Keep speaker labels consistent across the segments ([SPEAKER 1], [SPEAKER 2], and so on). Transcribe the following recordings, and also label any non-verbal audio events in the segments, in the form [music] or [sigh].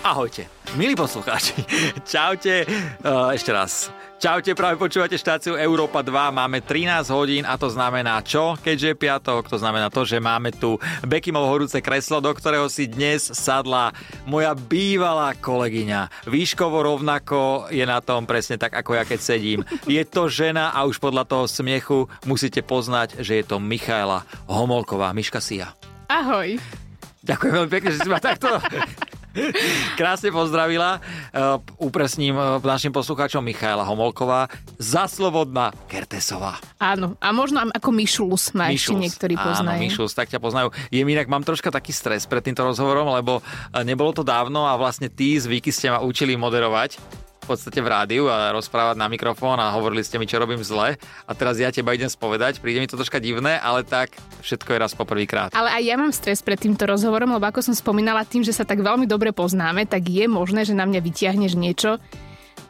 [SPEAKER 1] Ahojte, milí poslucháči. [laughs] Čaute, uh, ešte raz. Čaute, práve počúvate štáciu Európa 2, máme 13 hodín a to znamená čo? Keďže je piatok, to znamená to, že máme tu Bekimovo horúce kreslo, do ktorého si dnes sadla moja bývalá kolegyňa. Výškovo rovnako je na tom presne tak, ako ja keď sedím. Je to žena a už podľa toho smiechu musíte poznať, že je to Michaela Homolková. Miška Sia.
[SPEAKER 2] Ahoj.
[SPEAKER 1] Ďakujem veľmi pekne, že si ma
[SPEAKER 2] [laughs]
[SPEAKER 1] takto krásne pozdravila. Uh, upresním uh, našim poslucháčom Michaela Homolková, zaslobodná Kertesová.
[SPEAKER 2] Áno, a možno ako Mišulus ma ešte niektorí
[SPEAKER 1] Áno,
[SPEAKER 2] poznajú.
[SPEAKER 1] Mišus, tak ťa poznajú. Je mi inak, mám troška taký stres pred týmto rozhovorom, lebo uh, nebolo to dávno a vlastne ty z Viki ste ma učili moderovať v podstate v rádiu a rozprávať na mikrofón a hovorili ste mi, čo robím zle. A teraz ja teba idem spovedať, príde mi to troška divné, ale tak všetko je raz poprvýkrát.
[SPEAKER 2] Ale aj ja mám stres pred týmto rozhovorom, lebo ako som spomínala, tým, že sa tak veľmi dobre poznáme, tak je možné, že na mňa vytiahneš niečo,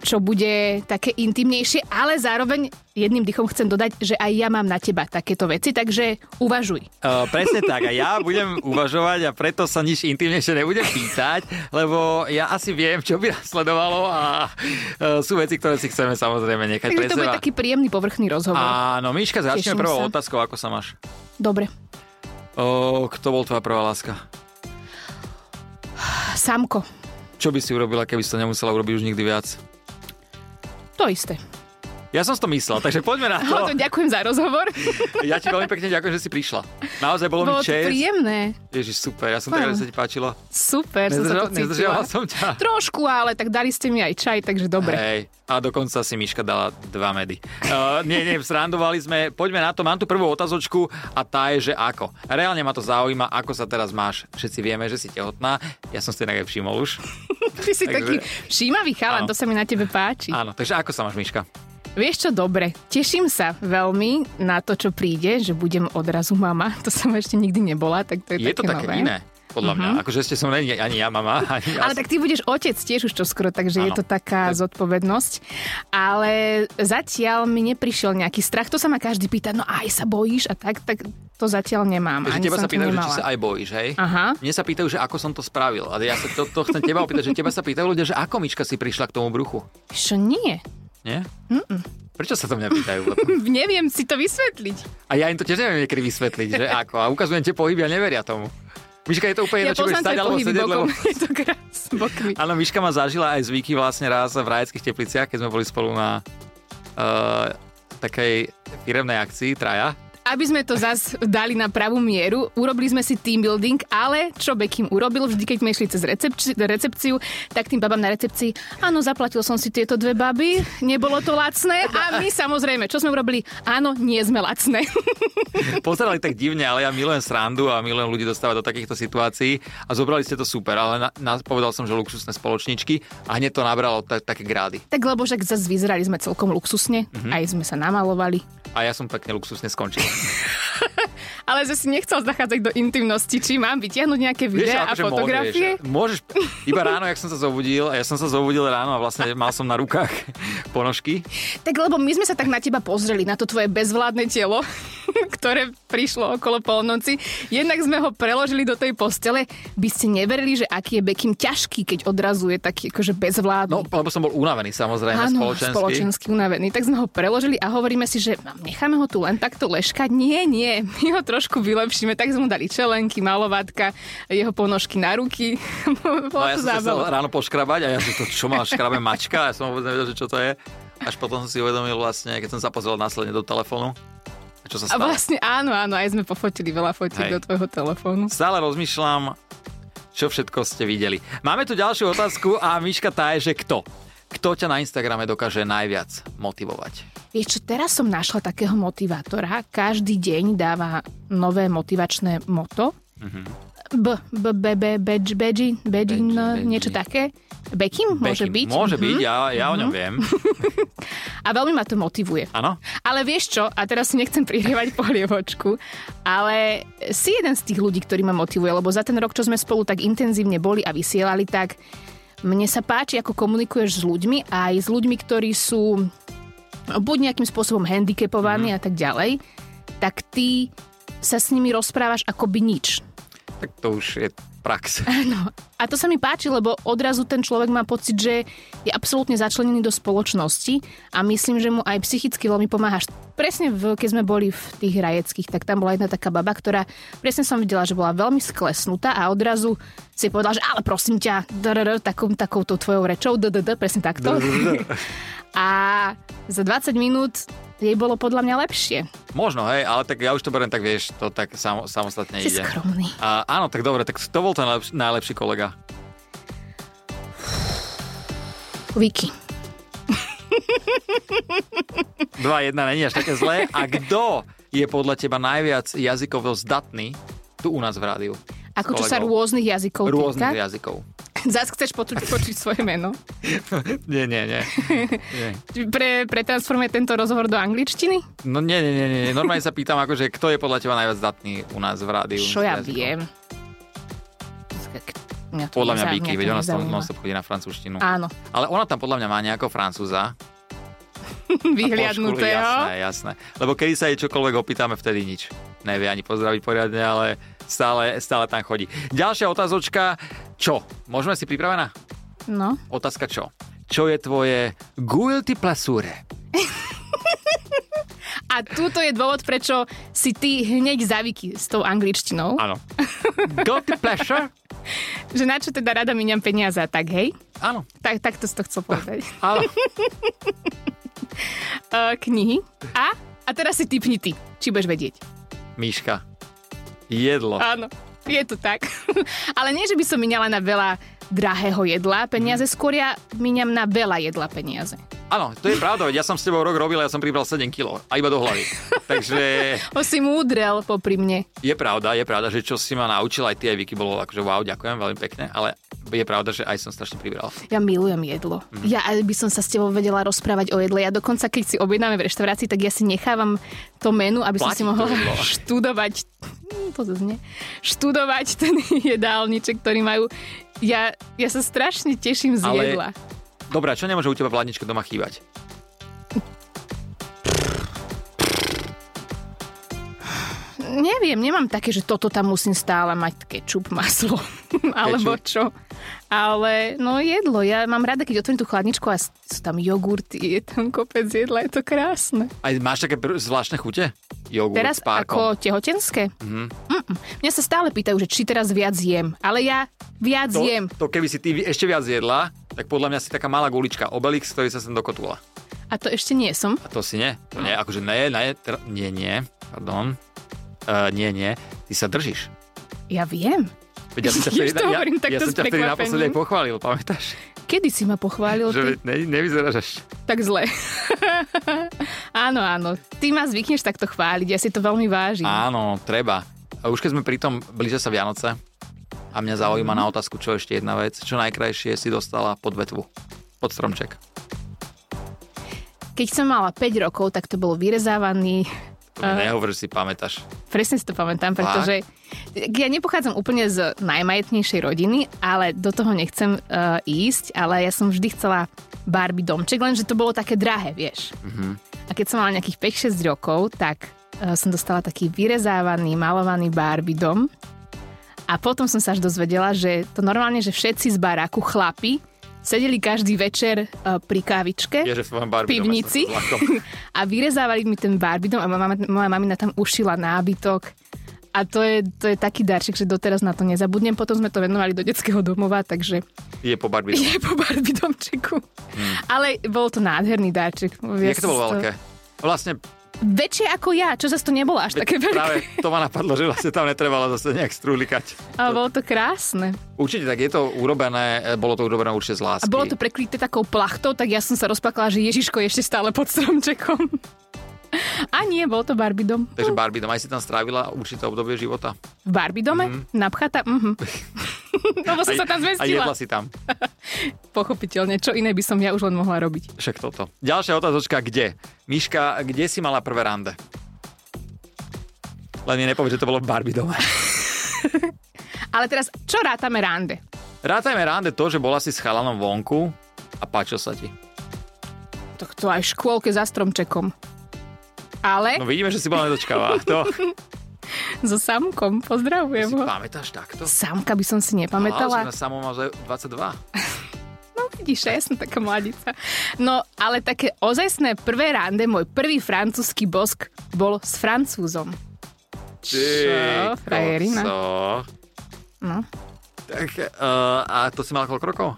[SPEAKER 2] čo bude také intimnejšie, ale zároveň jedným dychom chcem dodať, že aj ja mám na teba takéto veci, takže uvažuj.
[SPEAKER 1] Uh, presne tak. A ja budem uvažovať a preto sa nič intimnejšie nebudem pýtať, lebo ja asi viem, čo by nasledovalo a uh, sú veci, ktoré si chceme samozrejme nechať pre
[SPEAKER 2] Takže to bude
[SPEAKER 1] seba.
[SPEAKER 2] taký príjemný povrchný rozhovor. A...
[SPEAKER 1] Áno, Miška, začneme
[SPEAKER 2] Teším
[SPEAKER 1] prvou
[SPEAKER 2] sa.
[SPEAKER 1] otázkou, ako sa máš.
[SPEAKER 2] Dobre.
[SPEAKER 1] O, kto bol tvoja prvá láska?
[SPEAKER 2] Samko,
[SPEAKER 1] Čo by si urobila, keby si to nemusela urobiť už nikdy viac?
[SPEAKER 2] to isté.
[SPEAKER 1] Ja som si to myslel, takže poďme na
[SPEAKER 2] [laughs]
[SPEAKER 1] to.
[SPEAKER 2] No. ďakujem za rozhovor.
[SPEAKER 1] Ja ti veľmi pekne ďakujem, že si prišla. Naozaj bolo, mi
[SPEAKER 2] Bolo to
[SPEAKER 1] čest.
[SPEAKER 2] príjemné.
[SPEAKER 1] Ježiš, super, ja som tak
[SPEAKER 2] Áno.
[SPEAKER 1] rád, že sa ti páčilo.
[SPEAKER 2] Super,
[SPEAKER 1] Nezdržal,
[SPEAKER 2] som sa to cítila.
[SPEAKER 1] nezdržala som ťa.
[SPEAKER 2] Trošku, ale tak dali ste mi aj čaj, takže dobre.
[SPEAKER 1] Hej, a dokonca si Miška dala dva medy. Uh, nie, nie, srandovali sme. Poďme na to, mám tu prvú otázočku a tá je, že ako. Reálne ma to zaujíma, ako sa teraz máš. Všetci vieme, že si tehotná. Ja som si to inak aj všimol už.
[SPEAKER 2] Ty si
[SPEAKER 1] takže-
[SPEAKER 2] taký všímavý chalan,
[SPEAKER 1] Áno.
[SPEAKER 2] to sa mi na tebe páči.
[SPEAKER 1] Áno, takže ako sa máš, Miška?
[SPEAKER 2] Vieš čo, dobre, teším sa veľmi na to, čo príde, že budem odrazu mama. To som ešte nikdy nebola, tak to je,
[SPEAKER 1] Je to také
[SPEAKER 2] nové.
[SPEAKER 1] iné, podľa mňa. Akože ešte som není ani ja mama, ani ja.
[SPEAKER 2] Ale tak ty budeš otec tiež už čoskoro, takže je
[SPEAKER 1] Áno.
[SPEAKER 2] to taká zodpovednosť. Ale zatiaľ mi neprišiel nejaký strach. To sa ma každý pýta, no aj sa bojíš a tak, tak to zatiaľ nemám.
[SPEAKER 1] Takže
[SPEAKER 2] Ani
[SPEAKER 1] teba
[SPEAKER 2] som
[SPEAKER 1] sa
[SPEAKER 2] to
[SPEAKER 1] pýtajú, že či
[SPEAKER 2] nemala.
[SPEAKER 1] sa aj bojíš, hej?
[SPEAKER 2] Aha.
[SPEAKER 1] Mne sa pýtajú, že ako som to spravil. A ja sa to, to chcem teba opýtať, že teba sa pýtajú ľudia, že ako Miška si prišla k tomu bruchu.
[SPEAKER 2] Čo nie? [laughs]
[SPEAKER 1] Nie? Prečo sa to mňa pýtajú? potom?
[SPEAKER 2] Neviem si to vysvetliť.
[SPEAKER 1] A ja im to tiež neviem niekedy vysvetliť, že ako. A ukazujem tie pohyby a neveria tomu. Miška je to úplne jedno,
[SPEAKER 2] Ja
[SPEAKER 1] či budeš
[SPEAKER 2] poznám
[SPEAKER 1] stať
[SPEAKER 2] tvoje
[SPEAKER 1] alebo
[SPEAKER 2] pohyby
[SPEAKER 1] sedieť, lebo...
[SPEAKER 2] bokom. [laughs] Je to krás bokmi.
[SPEAKER 1] Áno, Miška ma zažila aj zvyky vlastne raz v Rajeckých tepliciach, keď sme boli spolu na uh, takej firemnej akcii Traja. [laughs]
[SPEAKER 2] Aby sme to zas dali na pravú mieru, urobili sme si team building, ale čo Bekim urobil, vždy keď sme išli cez recepci- recepciu, tak tým babám na recepcii, áno, zaplatil som si tieto dve baby, nebolo to lacné a my samozrejme, čo sme urobili, áno, nie sme lacné. [laughs]
[SPEAKER 1] Pozerali tak divne, ale ja milujem srandu a milujem ľudí dostávať do takýchto situácií a zobrali ste to super, ale na, na, povedal som, že luxusné spoločničky a hneď to nabralo ta, také grády.
[SPEAKER 2] tak lebo však zase vyzerali sme celkom
[SPEAKER 1] Mhm.
[SPEAKER 2] luxusne, mm-hmm. aj sme sa namalovali.
[SPEAKER 1] A ja som pekne luxusne skončil.
[SPEAKER 2] Ale zase nechcel zachádzať do intimnosti, či mám vytiahnuť nejaké videá a
[SPEAKER 1] akože
[SPEAKER 2] fotografie.
[SPEAKER 1] Môžeš, môžeš, iba ráno, jak som sa zobudil, a ja som sa zobudil ráno a vlastne mal som na rukách [laughs] ponožky.
[SPEAKER 2] Tak lebo my sme sa tak na teba pozreli, na to tvoje bezvládne telo, [laughs] ktoré prišlo okolo polnoci. Jednak sme ho preložili do tej postele. By ste neverili, že aký je Bekim ťažký, keď odrazu je taký akože bezvládny.
[SPEAKER 1] No, lebo som bol unavený samozrejme
[SPEAKER 2] Áno,
[SPEAKER 1] spoločensky.
[SPEAKER 2] spoločensky unavený. Tak sme ho preložili a hovoríme si, že "Mam, necháme ho tu len takto leškať. Nie, nie, my ho trošku vylepšíme. Tak sme mu dali čelenky, malovátka, jeho ponožky na ruky. [laughs]
[SPEAKER 1] No,
[SPEAKER 2] Bolo
[SPEAKER 1] ja
[SPEAKER 2] to
[SPEAKER 1] som sa chcel
[SPEAKER 2] zábava.
[SPEAKER 1] ráno poškrabať a ja som to, čo má škrabe mačka, ja som vôbec nevedel, že čo to je. Až potom som si uvedomil vlastne, keď som sa pozrel následne do telefónu, čo sa
[SPEAKER 2] A
[SPEAKER 1] stalo.
[SPEAKER 2] vlastne áno, áno, aj sme pofotili veľa fotiek
[SPEAKER 1] Hej.
[SPEAKER 2] do tvojho telefónu.
[SPEAKER 1] Stále rozmýšľam, čo všetko ste videli. Máme tu ďalšiu otázku a Miška tá je, že kto? Kto ťa na Instagrame dokáže najviac motivovať?
[SPEAKER 2] Vieš čo, teraz som našla takého motivátora. Každý deň dáva nové motivačné moto. B, B, B, B, Beč, Beji, Bejin,
[SPEAKER 1] Beji,
[SPEAKER 2] niečo
[SPEAKER 1] Beji.
[SPEAKER 2] také. Bekim môže
[SPEAKER 1] Bekim.
[SPEAKER 2] byť. Mhm.
[SPEAKER 1] Môže byť, ja, ja o ňom viem.
[SPEAKER 2] A veľmi ma to motivuje.
[SPEAKER 1] Áno?
[SPEAKER 2] Ale vieš čo, a teraz si nechcem prihrievať polievočku, ale si jeden z tých ľudí, ktorý ma motivuje, lebo za ten rok, čo sme spolu tak intenzívne boli a vysielali, tak mne sa páči, ako komunikuješ s ľuďmi, aj s ľuďmi, ktorí sú buď nejakým spôsobom handicapovaní mm. a tak ďalej, tak ty sa s nimi rozprávaš akoby nič.
[SPEAKER 1] tak to už je
[SPEAKER 2] [laughs]
[SPEAKER 1] prax.
[SPEAKER 2] Áno. A to sa mi páči, lebo odrazu ten človek má pocit, že je absolútne začlenený do spoločnosti a myslím, že mu aj psychicky veľmi pomáhaš. Presne v, keď sme boli v tých rajeckých, tak tam bola jedna taká baba, ktorá presne som videla, že bola veľmi sklesnutá a odrazu si povedala, že ale prosím ťa, drr, takou, takouto tvojou rečou, dd, presne takto. [laughs] A za 20 minút jej bolo podľa mňa lepšie.
[SPEAKER 1] Možno, hej, ale tak ja už to beriem, tak vieš, to tak samo, samostatne
[SPEAKER 2] Si
[SPEAKER 1] ide.
[SPEAKER 2] skromný.
[SPEAKER 1] A, áno, tak dobre, tak to bol ten lepš- najlepší kolega.
[SPEAKER 2] Vicky.
[SPEAKER 1] 2-1 není až také zlé. A kto je podľa teba najviac jazykovo zdatný tu u nás v rádiu?
[SPEAKER 2] Ako čo
[SPEAKER 1] kolegou.
[SPEAKER 2] sa rôznych jazykov
[SPEAKER 1] Rôznych
[SPEAKER 2] týka.
[SPEAKER 1] jazykov. [laughs]
[SPEAKER 2] Zas chceš počuť, počuť svoje meno.
[SPEAKER 1] nie, nie,
[SPEAKER 2] [laughs]
[SPEAKER 1] nie. nie.
[SPEAKER 2] Pre, pretransformuje tento rozhovor do angličtiny?
[SPEAKER 1] No nie, nie, nie, nie. Normálne sa pýtam, akože, kto je podľa teba najviac zdatný u nás v rádiu?
[SPEAKER 2] Čo ja
[SPEAKER 1] s jazykom?
[SPEAKER 2] viem? Tak Mňa to
[SPEAKER 1] Podľa mňa
[SPEAKER 2] nezau-
[SPEAKER 1] Vicky,
[SPEAKER 2] to
[SPEAKER 1] veď ona tam
[SPEAKER 2] nezaujíma.
[SPEAKER 1] non-stop chodí na francúzštinu.
[SPEAKER 2] Áno, [laughs]
[SPEAKER 1] Ale ona tam podľa mňa má nejako francúza. Po škole, Jasné,
[SPEAKER 2] vyhliadnutého.
[SPEAKER 1] jasné. Lebo kedy sa jej čokoľvek opýtame, vtedy nič. Nevie ani pozdraviť poriadne, ale stále, stále tam chodí. Ďalšia otázočka. Čo? Môžeme si pripravená?
[SPEAKER 2] No,
[SPEAKER 1] Otázka čo? Čo je tvoje guilty plasure?
[SPEAKER 2] a túto je dôvod, prečo si ty hneď zavíky s tou angličtinou.
[SPEAKER 1] Áno. [laughs] guilty pleasure?
[SPEAKER 2] Že na čo teda rada miniam peniaze, a tak hej?
[SPEAKER 1] Áno.
[SPEAKER 2] Tak, takto si to chcel
[SPEAKER 1] [laughs]
[SPEAKER 2] povedať.
[SPEAKER 1] Áno.
[SPEAKER 2] Eh, knihy. A? A teraz si typni ty, či budeš vedieť.
[SPEAKER 1] Míška. Jedlo.
[SPEAKER 2] Áno, je to tak. [laughs] Ale nie, že by som miniala na veľa drahého jedla peniaze,
[SPEAKER 1] Mm.
[SPEAKER 2] skôr ja miniam na veľa jedla peniaze.
[SPEAKER 1] Áno, to je pravda, veď ja som s tebou rok robil a ja som pribral 7 kg a iba do hlavy. Takže
[SPEAKER 2] O si múdrel popri mne.
[SPEAKER 1] Je pravda, je pravda, že čo si ma naučil aj ty, aj Vicky, bolo akože wow, ďakujem veľmi pekne, ale je pravda, že aj som strašne pribral.
[SPEAKER 2] Ja milujem jedlo.
[SPEAKER 1] Mhm.
[SPEAKER 2] Mm. Ja aj by som sa s tebou vedela rozprávať o jedle. Ja dokonca, keď si objednáme v reštaurácii, tak ja si nechávam to menu, aby som
[SPEAKER 1] Platí
[SPEAKER 2] si mohla
[SPEAKER 1] to jedlo.
[SPEAKER 2] študovať Mm, to znie, študovať ten [laughs] jedálniček, ktorý majú. Ja, ja sa strašne teším z
[SPEAKER 1] Ale-
[SPEAKER 2] jedla.
[SPEAKER 1] Dobre, a čo nemôže u teba v hladničke doma chýbať?
[SPEAKER 2] Neviem, nemám také, že toto tam musím stále mať kečup, maslo, [laughs] alebo čo. Ale no jedlo, ja mám rada, keď otvorím tú chladničku a s- sú tam jogurty, je tam kopec jedla, je to krásne.
[SPEAKER 1] Aj máš také pr- zvláštne chute? Jogurt
[SPEAKER 2] Teraz
[SPEAKER 1] s párkom. Mhm.
[SPEAKER 2] ako tehotenské? Mm-hmm. Mňa sa stále pýtajú, že či teraz viac jem, ale ja viac
[SPEAKER 1] to,
[SPEAKER 2] jem.
[SPEAKER 1] to, keby si ty ešte viac jedla, tak podľa mňa si taká malá gulička, obelix, ktorý sa sem dokotula.
[SPEAKER 2] A to ešte nie som.
[SPEAKER 1] A to si nie? To nie, akože ne, ne, tr- nie, nie, pardon. Uh, nie, nie, ty sa držíš.
[SPEAKER 2] Ja viem.
[SPEAKER 1] Veď
[SPEAKER 2] [laughs]
[SPEAKER 1] ja som ťa
[SPEAKER 2] Ja už
[SPEAKER 1] vtedy,
[SPEAKER 2] to hovorím
[SPEAKER 1] ja, ja
[SPEAKER 2] takto
[SPEAKER 1] som
[SPEAKER 2] s
[SPEAKER 1] ťa vtedy
[SPEAKER 2] prekvapením.
[SPEAKER 1] naposledy aj pochválil, pamätáš?
[SPEAKER 2] Kedy si ma pochválil ty
[SPEAKER 1] Že ne, nevyzeráš až
[SPEAKER 2] tak zle? [laughs] áno, áno. Ty ma zvykneš takto chváliť, ja si to veľmi vážim.
[SPEAKER 1] Áno, treba. A už keď sme pri tom, blížia sa Vianoce a mňa
[SPEAKER 2] Mhm.
[SPEAKER 1] zaujíma na otázku, čo ešte jedna vec. Čo najkrajšie si dostala pod vetvu? Pod stromček.
[SPEAKER 2] Keď som mala 5 rokov, tak to bol vyrezávaný. Eh.
[SPEAKER 1] To mi Nehovor, že si pamätáš.
[SPEAKER 2] Presne si to pamätám, pretože ja nepochádzam úplne z najmajetnejšej rodiny, ale do toho nechcem uh, ísť, ale ja som vždy chcela Barbie domček, lenže to bolo také drahé, vieš. A keď som mala nejakých 5-6 rokov, tak uh, som dostala taký vyrezávaný, malovaný Barbie dom. A potom som sa až dozvedela, že to normálne, že všetci z baráku, chlapi, sedeli každý večer uh, pri kávičke.
[SPEAKER 1] Je, že v tvojom Barbie dome
[SPEAKER 2] pivnici
[SPEAKER 1] som zlakom.
[SPEAKER 2] a vyrezávali mi ten Barbie dom a moja, mama, moja mamina tam ušila nábytok. A to je, to je taký darček, že doteraz na to nezabudnem. Potom sme to venovali do detského domova, takže [laughs]
[SPEAKER 1] Je po Barbie dome.
[SPEAKER 2] je po Barbie domčeku. Hmm. Ale bol to nádherný darček. [laughs] Ja
[SPEAKER 1] Jak Hm. to bolo veľké? Vlastne
[SPEAKER 2] Väčšie ako ja, čo zase to nebolo až také veľké.
[SPEAKER 1] práve to ma napadlo, že vlastne tam netrebalo zase nejak strúlikať.
[SPEAKER 2] [laughs] Ale bolo to krásne.
[SPEAKER 1] Určite tak je to urobené, e, bolo to urobené určite z
[SPEAKER 2] A
[SPEAKER 1] lásky.
[SPEAKER 2] bolo to prekryté takou plachtou, tak ja som sa rozplakala, že Ježiško je ešte stále pod stromčekom. [laughs] A nie, bol to Barbie dom.
[SPEAKER 1] Takže Barbie doma aj si tam strávila určité obdobie života.
[SPEAKER 2] V Barbie dome? Mm. Napchata?
[SPEAKER 1] [laughs]
[SPEAKER 2] Mhm. Lebo som
[SPEAKER 1] A-
[SPEAKER 2] sa tam
[SPEAKER 1] A jedla
[SPEAKER 2] zmestila.
[SPEAKER 1] si tam.
[SPEAKER 2] Pochopiteľne, čo iné by som ja už len mohla robiť.
[SPEAKER 1] Však toto. Ďalšia otázočka, kde? Miška, kde si mala prvé rande? Len mi nepovedz, že to bolo v Barbie dome. [laughs]
[SPEAKER 2] Ale teraz, čo rátame rande?
[SPEAKER 1] Rátajme rande to, že bola si s chalanom vonku a páčil sa ti.
[SPEAKER 2] Tak to aj v škôlke za stromčekom. Ale
[SPEAKER 1] No
[SPEAKER 2] no. [laughs]
[SPEAKER 1] vidíme, že si bola nedočkavá. To,
[SPEAKER 2] so samkom. Pozdravujem
[SPEAKER 1] Si
[SPEAKER 2] ho.
[SPEAKER 1] pamätáš takto?
[SPEAKER 2] Samka by som si nepamätala.
[SPEAKER 1] Wow, samom mal 22.
[SPEAKER 2] No vidíš, ja som taká mladica. No ale také ozajstné prvé rande, môj prvý francúzsky bosk bol s francúzom. [laughs] Čo? Frajerina.
[SPEAKER 1] kokso.
[SPEAKER 2] No.
[SPEAKER 1] Tak, uh, a to si mal koľko rokov?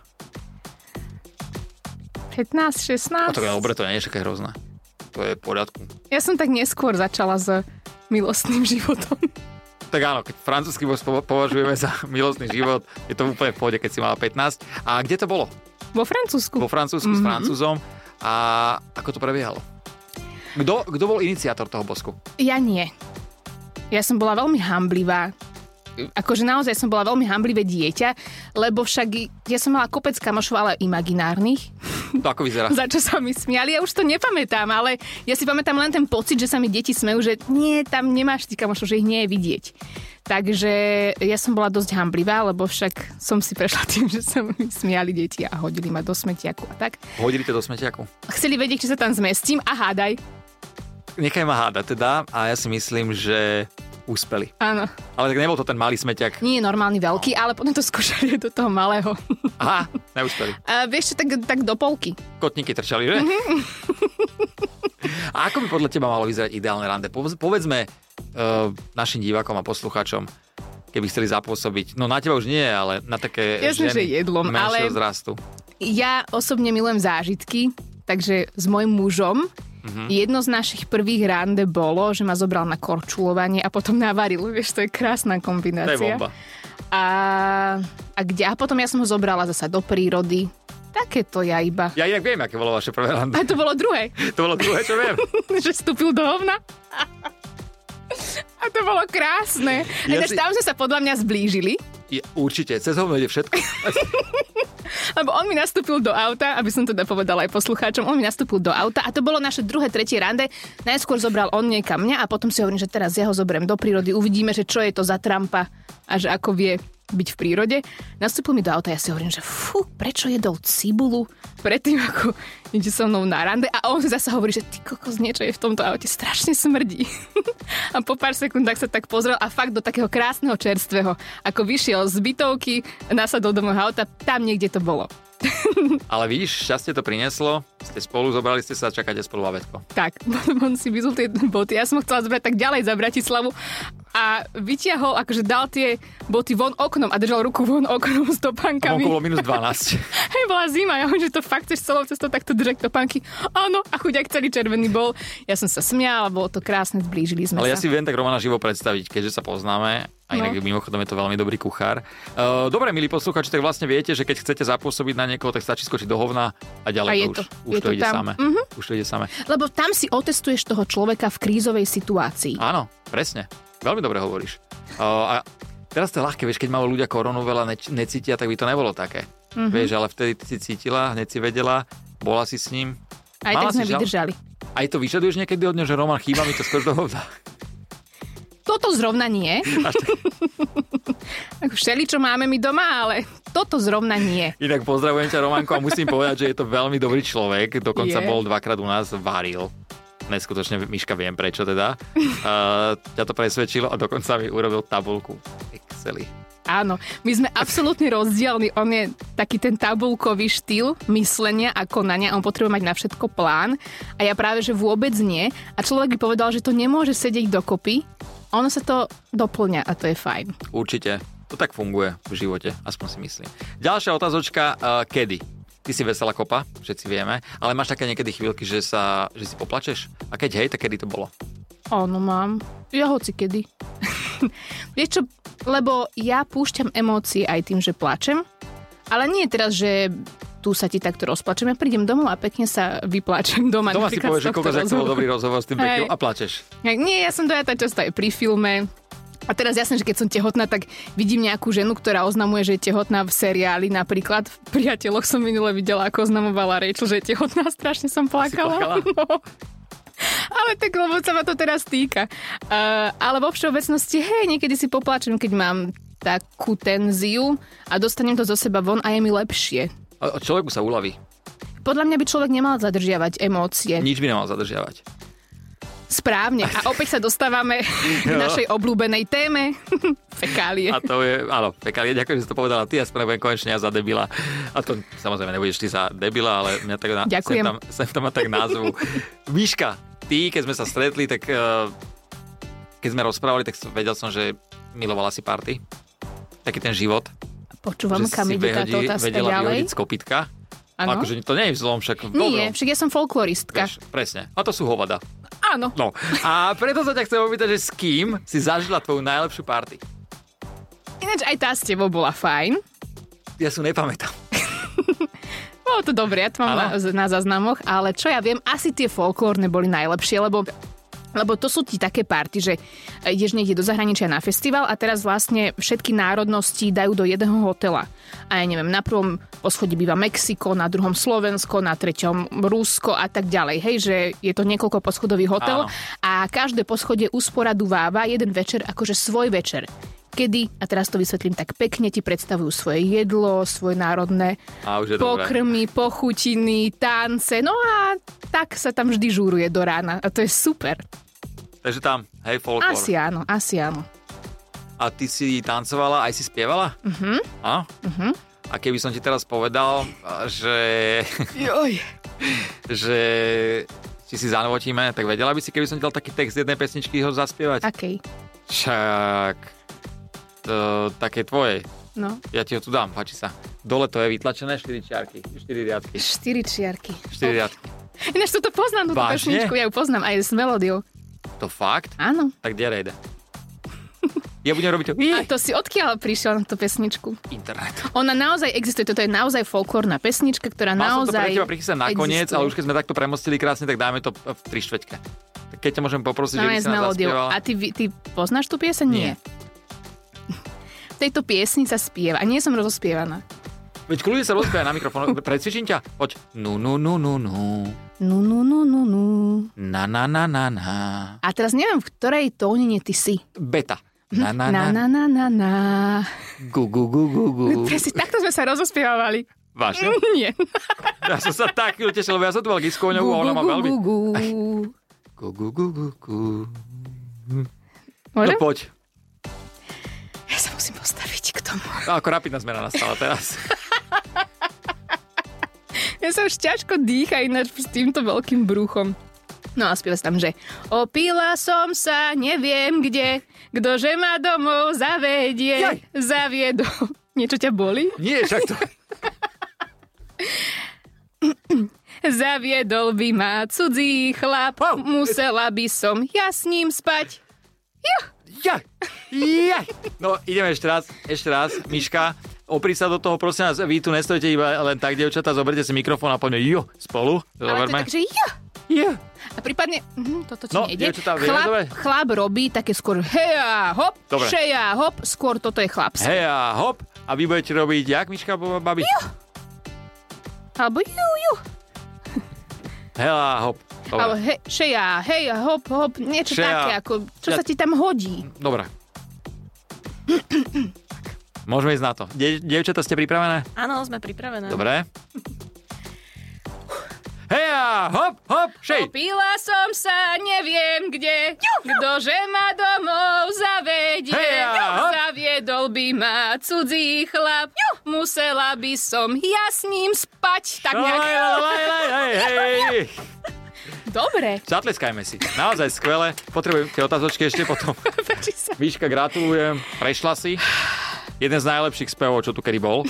[SPEAKER 2] 15,
[SPEAKER 1] A
[SPEAKER 2] 16.
[SPEAKER 1] to, dobre, to nie je také hrozné. To je v poriadku.
[SPEAKER 2] Ja som tak neskôr začala s milostným [laughs] životom.
[SPEAKER 1] Tak áno, keď francúzsky bosk po- považujeme za [laughs] milostný život, je to úplne v pohode, keď si mala 15. A kde to bolo?
[SPEAKER 2] Vo Francúzsku.
[SPEAKER 1] Vo Francúzsku mm-hmm. s Francúzom. A ako to prebiehalo? Kto, kto bol iniciátor toho bosku?
[SPEAKER 2] Ja nie. Ja som bola veľmi hamblivá. Akože naozaj som bola veľmi hamblivé dieťa, lebo však i- ja som mala kopec kamošov, ale imaginárnych, [laughs]
[SPEAKER 1] To ako vyzerá?
[SPEAKER 2] za čo sa mi smiali. Ja už to nepamätám, ale ja si pamätám len ten pocit, že sa mi deti smejú, že nie, tam nemáš tých kamošov, že ich nie je vidieť. Takže ja som bola dosť hamblivá, lebo však som si prešla [laughs] tým, že sa mi smiali deti a hodili ma do smetiaku a tak.
[SPEAKER 1] Hodili to do smetiaku?
[SPEAKER 2] Chceli vedieť, či sa tam zmestím a hádaj.
[SPEAKER 1] Nechaj ma hádať teda a ja si myslím, že úspeli.
[SPEAKER 2] Áno.
[SPEAKER 1] Ale tak nebol to ten malý smeťak.
[SPEAKER 2] Nie je normálny veľký, ale potom to skúšali [laughs] do toho malého.
[SPEAKER 1] Aha, neúspeli.
[SPEAKER 2] A vieš čo, tak, tak do polky.
[SPEAKER 1] Kotníky trčali, že? A ako by podľa teba malo vyzerať ideálne rande? Povedz- Povedzme uh, našim divákom a poslucháčom, keby chceli zapôsobiť. No na teba už nie, ale na také
[SPEAKER 2] Jasné,
[SPEAKER 1] ženy
[SPEAKER 2] že jedlom,
[SPEAKER 1] menšieho
[SPEAKER 2] ale-
[SPEAKER 1] zrastu.
[SPEAKER 2] Ja osobne milujem zážitky, takže s mojim mužom
[SPEAKER 1] Mhm.
[SPEAKER 2] mm-hmm. jedno z našich prvých rande bolo, že ma zobral na korčulovanie a potom navaril. Vieš, to je krásna
[SPEAKER 1] To je
[SPEAKER 2] kombinácia.
[SPEAKER 1] bomba.
[SPEAKER 2] A, a, kde? a potom ja som ho zobrala zasa do prírody. Takéto ja iba.
[SPEAKER 1] Ja inak viem, aké bolo vaše prvé rande.
[SPEAKER 2] A to bolo druhé, [laughs]
[SPEAKER 1] To bolo druhé, čo viem.
[SPEAKER 2] že vstúpil do hovna. [laughs] A to bolo krásne.
[SPEAKER 1] Ja
[SPEAKER 2] Ja Ináč,
[SPEAKER 1] si-
[SPEAKER 2] tam sme sa podľa mňa zblížili.
[SPEAKER 1] Je, určite, cez hovno ide všetko.
[SPEAKER 2] Lebo on mi nastúpil do auta, aby som teda povedala aj poslucháčom, on mi nastúpil do auta a to bolo naše druhé, tretie rande. Najskôr zobral on niekam mňa a potom si hovorím, že teraz ja ho zoberiem do prírody, uvidíme, že čo je to za trampa a že ako vie byť v prírode. Nastúpil mi do auta, ja si hovorím, že fú, prečo jedol cibulu predtým, ako ide so mnou na rande a on zase hovorí, že ty kokos, niečo je v tomto aute, strašne smrdí. [laughs] a po pár sekundách sa tak pozrel a fakt do takého krásneho čerstvého, ako vyšiel z bytovky, nasadol do môjho auta, tam niekde to bolo.
[SPEAKER 1] Ale vidíš, šťastie to prinieslo. Ste spolu, zobrali ste sa a čakáte spolu babetko.
[SPEAKER 2] Tak, [laughs] potom on si vyzul tie boty. Ja som ho chcela zbrať tak ďalej za Bratislavu a vyťahol, akože dal tie boty von oknom a držal ruku von oknom s
[SPEAKER 1] Tam
[SPEAKER 2] topánkami.
[SPEAKER 1] okolo minus 12.
[SPEAKER 2] Hej, bola zima, ja hovorím, že to fakt chceš celou cestou takto držať topánky. Áno, a chuďak celý červený bol. Ja som sa smiala, bolo to krásne, zblížili sme
[SPEAKER 1] Ale ja
[SPEAKER 2] sa.
[SPEAKER 1] si viem tak Romana živo predstaviť, keďže sa poznáme. A inak
[SPEAKER 2] No.
[SPEAKER 1] mimochodom je to veľmi dobrý kuchár. Uh, dobre, milí poslucháči, tak vlastne viete, že keď chcete zapôsobiť na niekoho, tak stačí skočiť do hovna a ďalej
[SPEAKER 2] A je
[SPEAKER 1] to už,
[SPEAKER 2] to.
[SPEAKER 1] už
[SPEAKER 2] Je
[SPEAKER 1] to,
[SPEAKER 2] to
[SPEAKER 1] ide
[SPEAKER 2] tam.
[SPEAKER 1] samé.
[SPEAKER 2] Mhm.
[SPEAKER 1] Už to ide samé.
[SPEAKER 2] Lebo tam si otestuješ toho človeka v krízovej situácii.
[SPEAKER 1] Áno, presne. Veľmi dobre hovoríš. Uh, a teraz to je ľahké, vieš, keď malo ľudia koronu veľa neč- necítia, tak by to nebolo také.
[SPEAKER 2] Mhm.
[SPEAKER 1] Vieš, ale vtedy ty si cítila, hneď si vedela, bola si s ním.
[SPEAKER 2] Aj
[SPEAKER 1] mala
[SPEAKER 2] tak sme
[SPEAKER 1] si žal-
[SPEAKER 2] vydržali.
[SPEAKER 1] Aj to vyžaduješ niekedy od neho, že Roman chýba mi to skôr do hovna.
[SPEAKER 2] Toto zrovna
[SPEAKER 1] [laughs]
[SPEAKER 2] nie. Ako Všeli, čo máme my doma, ale toto zrovna nie.
[SPEAKER 1] Inak pozdravujem ťa, Romanko, a musím povedať, že je to veľmi dobrý človek. Dokonca
[SPEAKER 2] Je.
[SPEAKER 1] bol dvakrát u nás, varil. Neskutočne, Miška, viem prečo teda. Uh, ťa to presvedčilo a dokonca mi urobil tabulku. v Exceli.
[SPEAKER 2] Áno, my sme absolútne rozdielni. On je taký ten tabulkový štýl myslenia a konania. On potrebuje mať na všetko plán a ja práve, že vôbec nie. A človek by povedal, že to nemôže sedieť dokopy. A ono sa to doplňa a to je fajn.
[SPEAKER 1] Určite. To tak funguje v živote, aspoň si myslím. Ďalšia otázočka, uh, kedy? Ty si veselá kopa, všetci vieme, ale máš také niekedy chvíľky, že, sa, že si poplačeš? A keď hej, tak kedy to bolo?
[SPEAKER 2] Áno, mám. Ja hoci kedy. [laughs] Vieš čo, lebo ja púšťam emócie aj tým, že plačem, ale nie teraz, že tu sa ti takto rozplačem. Ja prídem domov a pekne sa vyplačem doma.
[SPEAKER 1] Doma si
[SPEAKER 2] napríklad z
[SPEAKER 1] povieš, že
[SPEAKER 2] tohto
[SPEAKER 1] koľko za
[SPEAKER 2] rozhovoru.
[SPEAKER 1] dobrý rozhovor s tým
[SPEAKER 2] Hej.
[SPEAKER 1] pekým a plačeš.
[SPEAKER 2] Ja- Nie, ja som dojatá často aj pri filme. A teraz jasne, že keď som tehotná, tak vidím nejakú ženu, ktorá oznamuje, že je tehotná v seriáli. Napríklad v Priateľoch som minule videla, ako oznamovala Rachel, že je tehotná. [laughs] Strašne som
[SPEAKER 1] plakala?
[SPEAKER 2] plakala. [laughs] No. Ale tak, lebo sa ma to teraz týka. Uh, ale vo všeobecnosti, hej, niekedy si poplačem, keď mám takú tenziu a dostanem to zo seba von a je mi lepšie.
[SPEAKER 1] A- a Človeku sa uľaví.
[SPEAKER 2] Podľa mňa by človek nemal zadržiavať emócie.
[SPEAKER 1] Nič by nemal zadržiavať.
[SPEAKER 2] Správne.
[SPEAKER 1] [laughs]
[SPEAKER 2] A opäť sa dostávame
[SPEAKER 1] Jo.
[SPEAKER 2] k našej obľúbenej téme. [laughs] Fekálie.
[SPEAKER 1] A to je, áno, pekali, ďakujem, že si to povedala ty, aspoň budem konečne ja za debila. A to samozrejme nebudeš ty za debila, ale mňa tak na,
[SPEAKER 2] Ďakujem.
[SPEAKER 1] Sem tam, sem tam ma tak názvu. Miška, ty, keď sme sa stretli, tak eh, keď sme rozprávali, tak som- vedel som, že milovala si party. Taký ten život,
[SPEAKER 2] Počúvam,
[SPEAKER 1] že
[SPEAKER 2] kam
[SPEAKER 1] si
[SPEAKER 2] ide táto
[SPEAKER 1] vyhodí-
[SPEAKER 2] otázka
[SPEAKER 1] vedela
[SPEAKER 2] ďalej.
[SPEAKER 1] vyhodiť z kopytka.
[SPEAKER 2] Áno.
[SPEAKER 1] Akože to nie je v zlom, však v dobrom.
[SPEAKER 2] Nie, však ja som folkloristka.
[SPEAKER 1] Vieš, presne. A to sú hovada.
[SPEAKER 2] Áno.
[SPEAKER 1] No. A preto sa ťa chcem opýtať, že s kým si zažila tvoju najlepšiu party?
[SPEAKER 2] Ináč aj tá s tebou bola fajn.
[SPEAKER 1] Ja si ju nepamätám.
[SPEAKER 2] Bolo to dobré, ja to mám na,
[SPEAKER 1] Áno.
[SPEAKER 2] na záznamoch, ale čo ja viem, asi tie folklórne boli najlepšie, lebo lebo to sú ti také party, že ideš niekde do zahraničia na festival a teraz vlastne všetky národnosti dajú do jedného hotela. A ja neviem, na prvom poschodí býva Mexiko, na druhom Slovensko, na treťom Rusko a tak ďalej. Hej, že je to niekoľko poschodový
[SPEAKER 1] Áno.
[SPEAKER 2] hotel a každé poschodie usporadováva jeden večer akože svoj večer. Kedy, a teraz to vysvetlím tak pekne, ti predstavujú svoje jedlo, svoje národné
[SPEAKER 1] A už je dobré.
[SPEAKER 2] pokrmy, pochutiny, tance. No a tak sa tam vždy žúruje do rána. A to je super.
[SPEAKER 1] Takže tam, hej, folklor.
[SPEAKER 2] Asi áno, asi áno.
[SPEAKER 1] A ty si tancovala, aj si spievala? Mhm. A? Mhm. A keby som ti teraz povedal, a, že, [laughs]
[SPEAKER 2] Joj.
[SPEAKER 1] že či si zanvotíme, tak vedela by si, keby som ti dal taký text jednej pesničky, ho zaspievať?
[SPEAKER 2] Akej?
[SPEAKER 1] Čak, to, také tvoje.
[SPEAKER 2] No,
[SPEAKER 1] Ja ti ho tu dám, páči sa. Dole to je vytlačené, 4 čiarky, 4 riadky,
[SPEAKER 2] štyri čiarky.
[SPEAKER 1] 4 riadky.
[SPEAKER 2] Ináč toto poznám, túto
[SPEAKER 1] Vážne?
[SPEAKER 2] pesničku, ja ju poznám aj s melódiou.
[SPEAKER 1] To fakt?
[SPEAKER 2] Áno.
[SPEAKER 1] Tak kde rejde? Ja budem robiť to
[SPEAKER 2] A to si odkiaľ prišiel na tú pesničku?
[SPEAKER 1] internet.
[SPEAKER 2] Ona naozaj existuje, toto je naozaj folklórna pesnička, ktorá
[SPEAKER 1] Mal som to pre
[SPEAKER 2] naozaj
[SPEAKER 1] teba prichystené na koniec,
[SPEAKER 2] existuje.
[SPEAKER 1] ale už keď sme takto premostili krásne, tak dáme to v tri štvrťke. Tak Keď ťa môžem poprosiť, že by si
[SPEAKER 2] Normálne s
[SPEAKER 1] nás
[SPEAKER 2] melódiou.
[SPEAKER 1] zaspievala.
[SPEAKER 2] A ty, vy- ty poznáš tú pieseň?
[SPEAKER 1] Nie.
[SPEAKER 2] [laughs] V tejto piesni sa spieva. A nie som rozospievaná.
[SPEAKER 1] Veď kľudne sa rozprávaj na
[SPEAKER 2] [laughs]
[SPEAKER 1] mikrofón. Precvičím ťa. Poď. Nu, nu, nu, nu, nu.
[SPEAKER 2] Nu, nu, nu, nu, nu.
[SPEAKER 1] Na, na, na, na, na.
[SPEAKER 2] A teraz neviem, v ktorej tónine ty si.
[SPEAKER 1] Beta. Na, na,
[SPEAKER 2] Na,
[SPEAKER 1] na.
[SPEAKER 2] na, na, na, na.
[SPEAKER 1] Gu, gu, gu, gu, gu. No.
[SPEAKER 2] Presne takto sme sa rozospievávali.
[SPEAKER 1] Vážne?
[SPEAKER 2] [laughs] Nie.
[SPEAKER 1] Ja som sa tak chvíľu tešil, lebo ja som tu mal Gisku a
[SPEAKER 2] Gu, gu,
[SPEAKER 1] No, ona má
[SPEAKER 2] gu,
[SPEAKER 1] veľmi...
[SPEAKER 2] gu,
[SPEAKER 1] [laughs]
[SPEAKER 2] gu.
[SPEAKER 1] Gu, gu, gu, gu, gu. No
[SPEAKER 2] Môžem?
[SPEAKER 1] poď.
[SPEAKER 2] Ja sa musím postaviť k tomu.
[SPEAKER 1] No, Ako rapidná zmena nastala teraz.
[SPEAKER 2] [laughs] Ja sa už ťažko dýcha ináč s týmto veľkým bruchom. No a spieva sa tam, že Opila som sa, neviem kde, ktože ma domov zavedie,
[SPEAKER 1] Jaj.
[SPEAKER 2] zaviedol. [laughs] Niečo ťa boli?
[SPEAKER 1] Nie, však to...
[SPEAKER 2] Zaviedol by ma cudzí chlap,
[SPEAKER 1] Wow.
[SPEAKER 2] musela by som ja s ním spať.
[SPEAKER 1] Ja, ja. No, ideme ešte raz, ešte raz, Miška. Opri sa do toho, prosím vás, vy tu nestojíte iba len tak, devčatá, zoberte si mikrofón a poďme jo, spolu.
[SPEAKER 2] Ale to je
[SPEAKER 1] Zoberme.
[SPEAKER 2] tak, že ja.
[SPEAKER 1] Ja.
[SPEAKER 2] A prípadne, hm, toto ti
[SPEAKER 1] No,
[SPEAKER 2] nejde.
[SPEAKER 1] dievčatá, vieme dobre?
[SPEAKER 2] chlap, chlap robí také skôr heja, hop,
[SPEAKER 1] Dobre.
[SPEAKER 2] šeja, hop, skôr toto je chlapské.
[SPEAKER 1] Hej a hop, a vy budete robiť, jak Miška, bo- babi?
[SPEAKER 2] Alebo ju, ju.
[SPEAKER 1] Hej a hop.
[SPEAKER 2] Ale
[SPEAKER 1] Dobre.
[SPEAKER 2] he, šeja, hej, hop, hop, niečo
[SPEAKER 1] Šeja.
[SPEAKER 2] také, ako, čo
[SPEAKER 1] Ja-
[SPEAKER 2] sa ti tam hodí.
[SPEAKER 1] Dobre. Môžeme ísť na to. De- devčatá, ste pripravené?
[SPEAKER 3] Áno, sme pripravené.
[SPEAKER 1] Dobre. Hej a hop, hop, šej.
[SPEAKER 2] Opila som sa, neviem kde, ktože ma domov zavedie.
[SPEAKER 1] Heja, hop.
[SPEAKER 2] Zaviedol by ma cudzí chlap, musela by som ja s ním spať. Tak
[SPEAKER 1] Laj, laj,
[SPEAKER 2] nejak...
[SPEAKER 1] laj, laj, hej, hej.
[SPEAKER 2] Dobre,
[SPEAKER 1] Zatleskajme si. Naozaj skvelé. Potrebujem tie otázočky ešte potom.
[SPEAKER 2] [laughs] páči sa.
[SPEAKER 1] Výška, gratulujem. Prešla si. Jeden z najlepších spevov, čo tu kedy bol.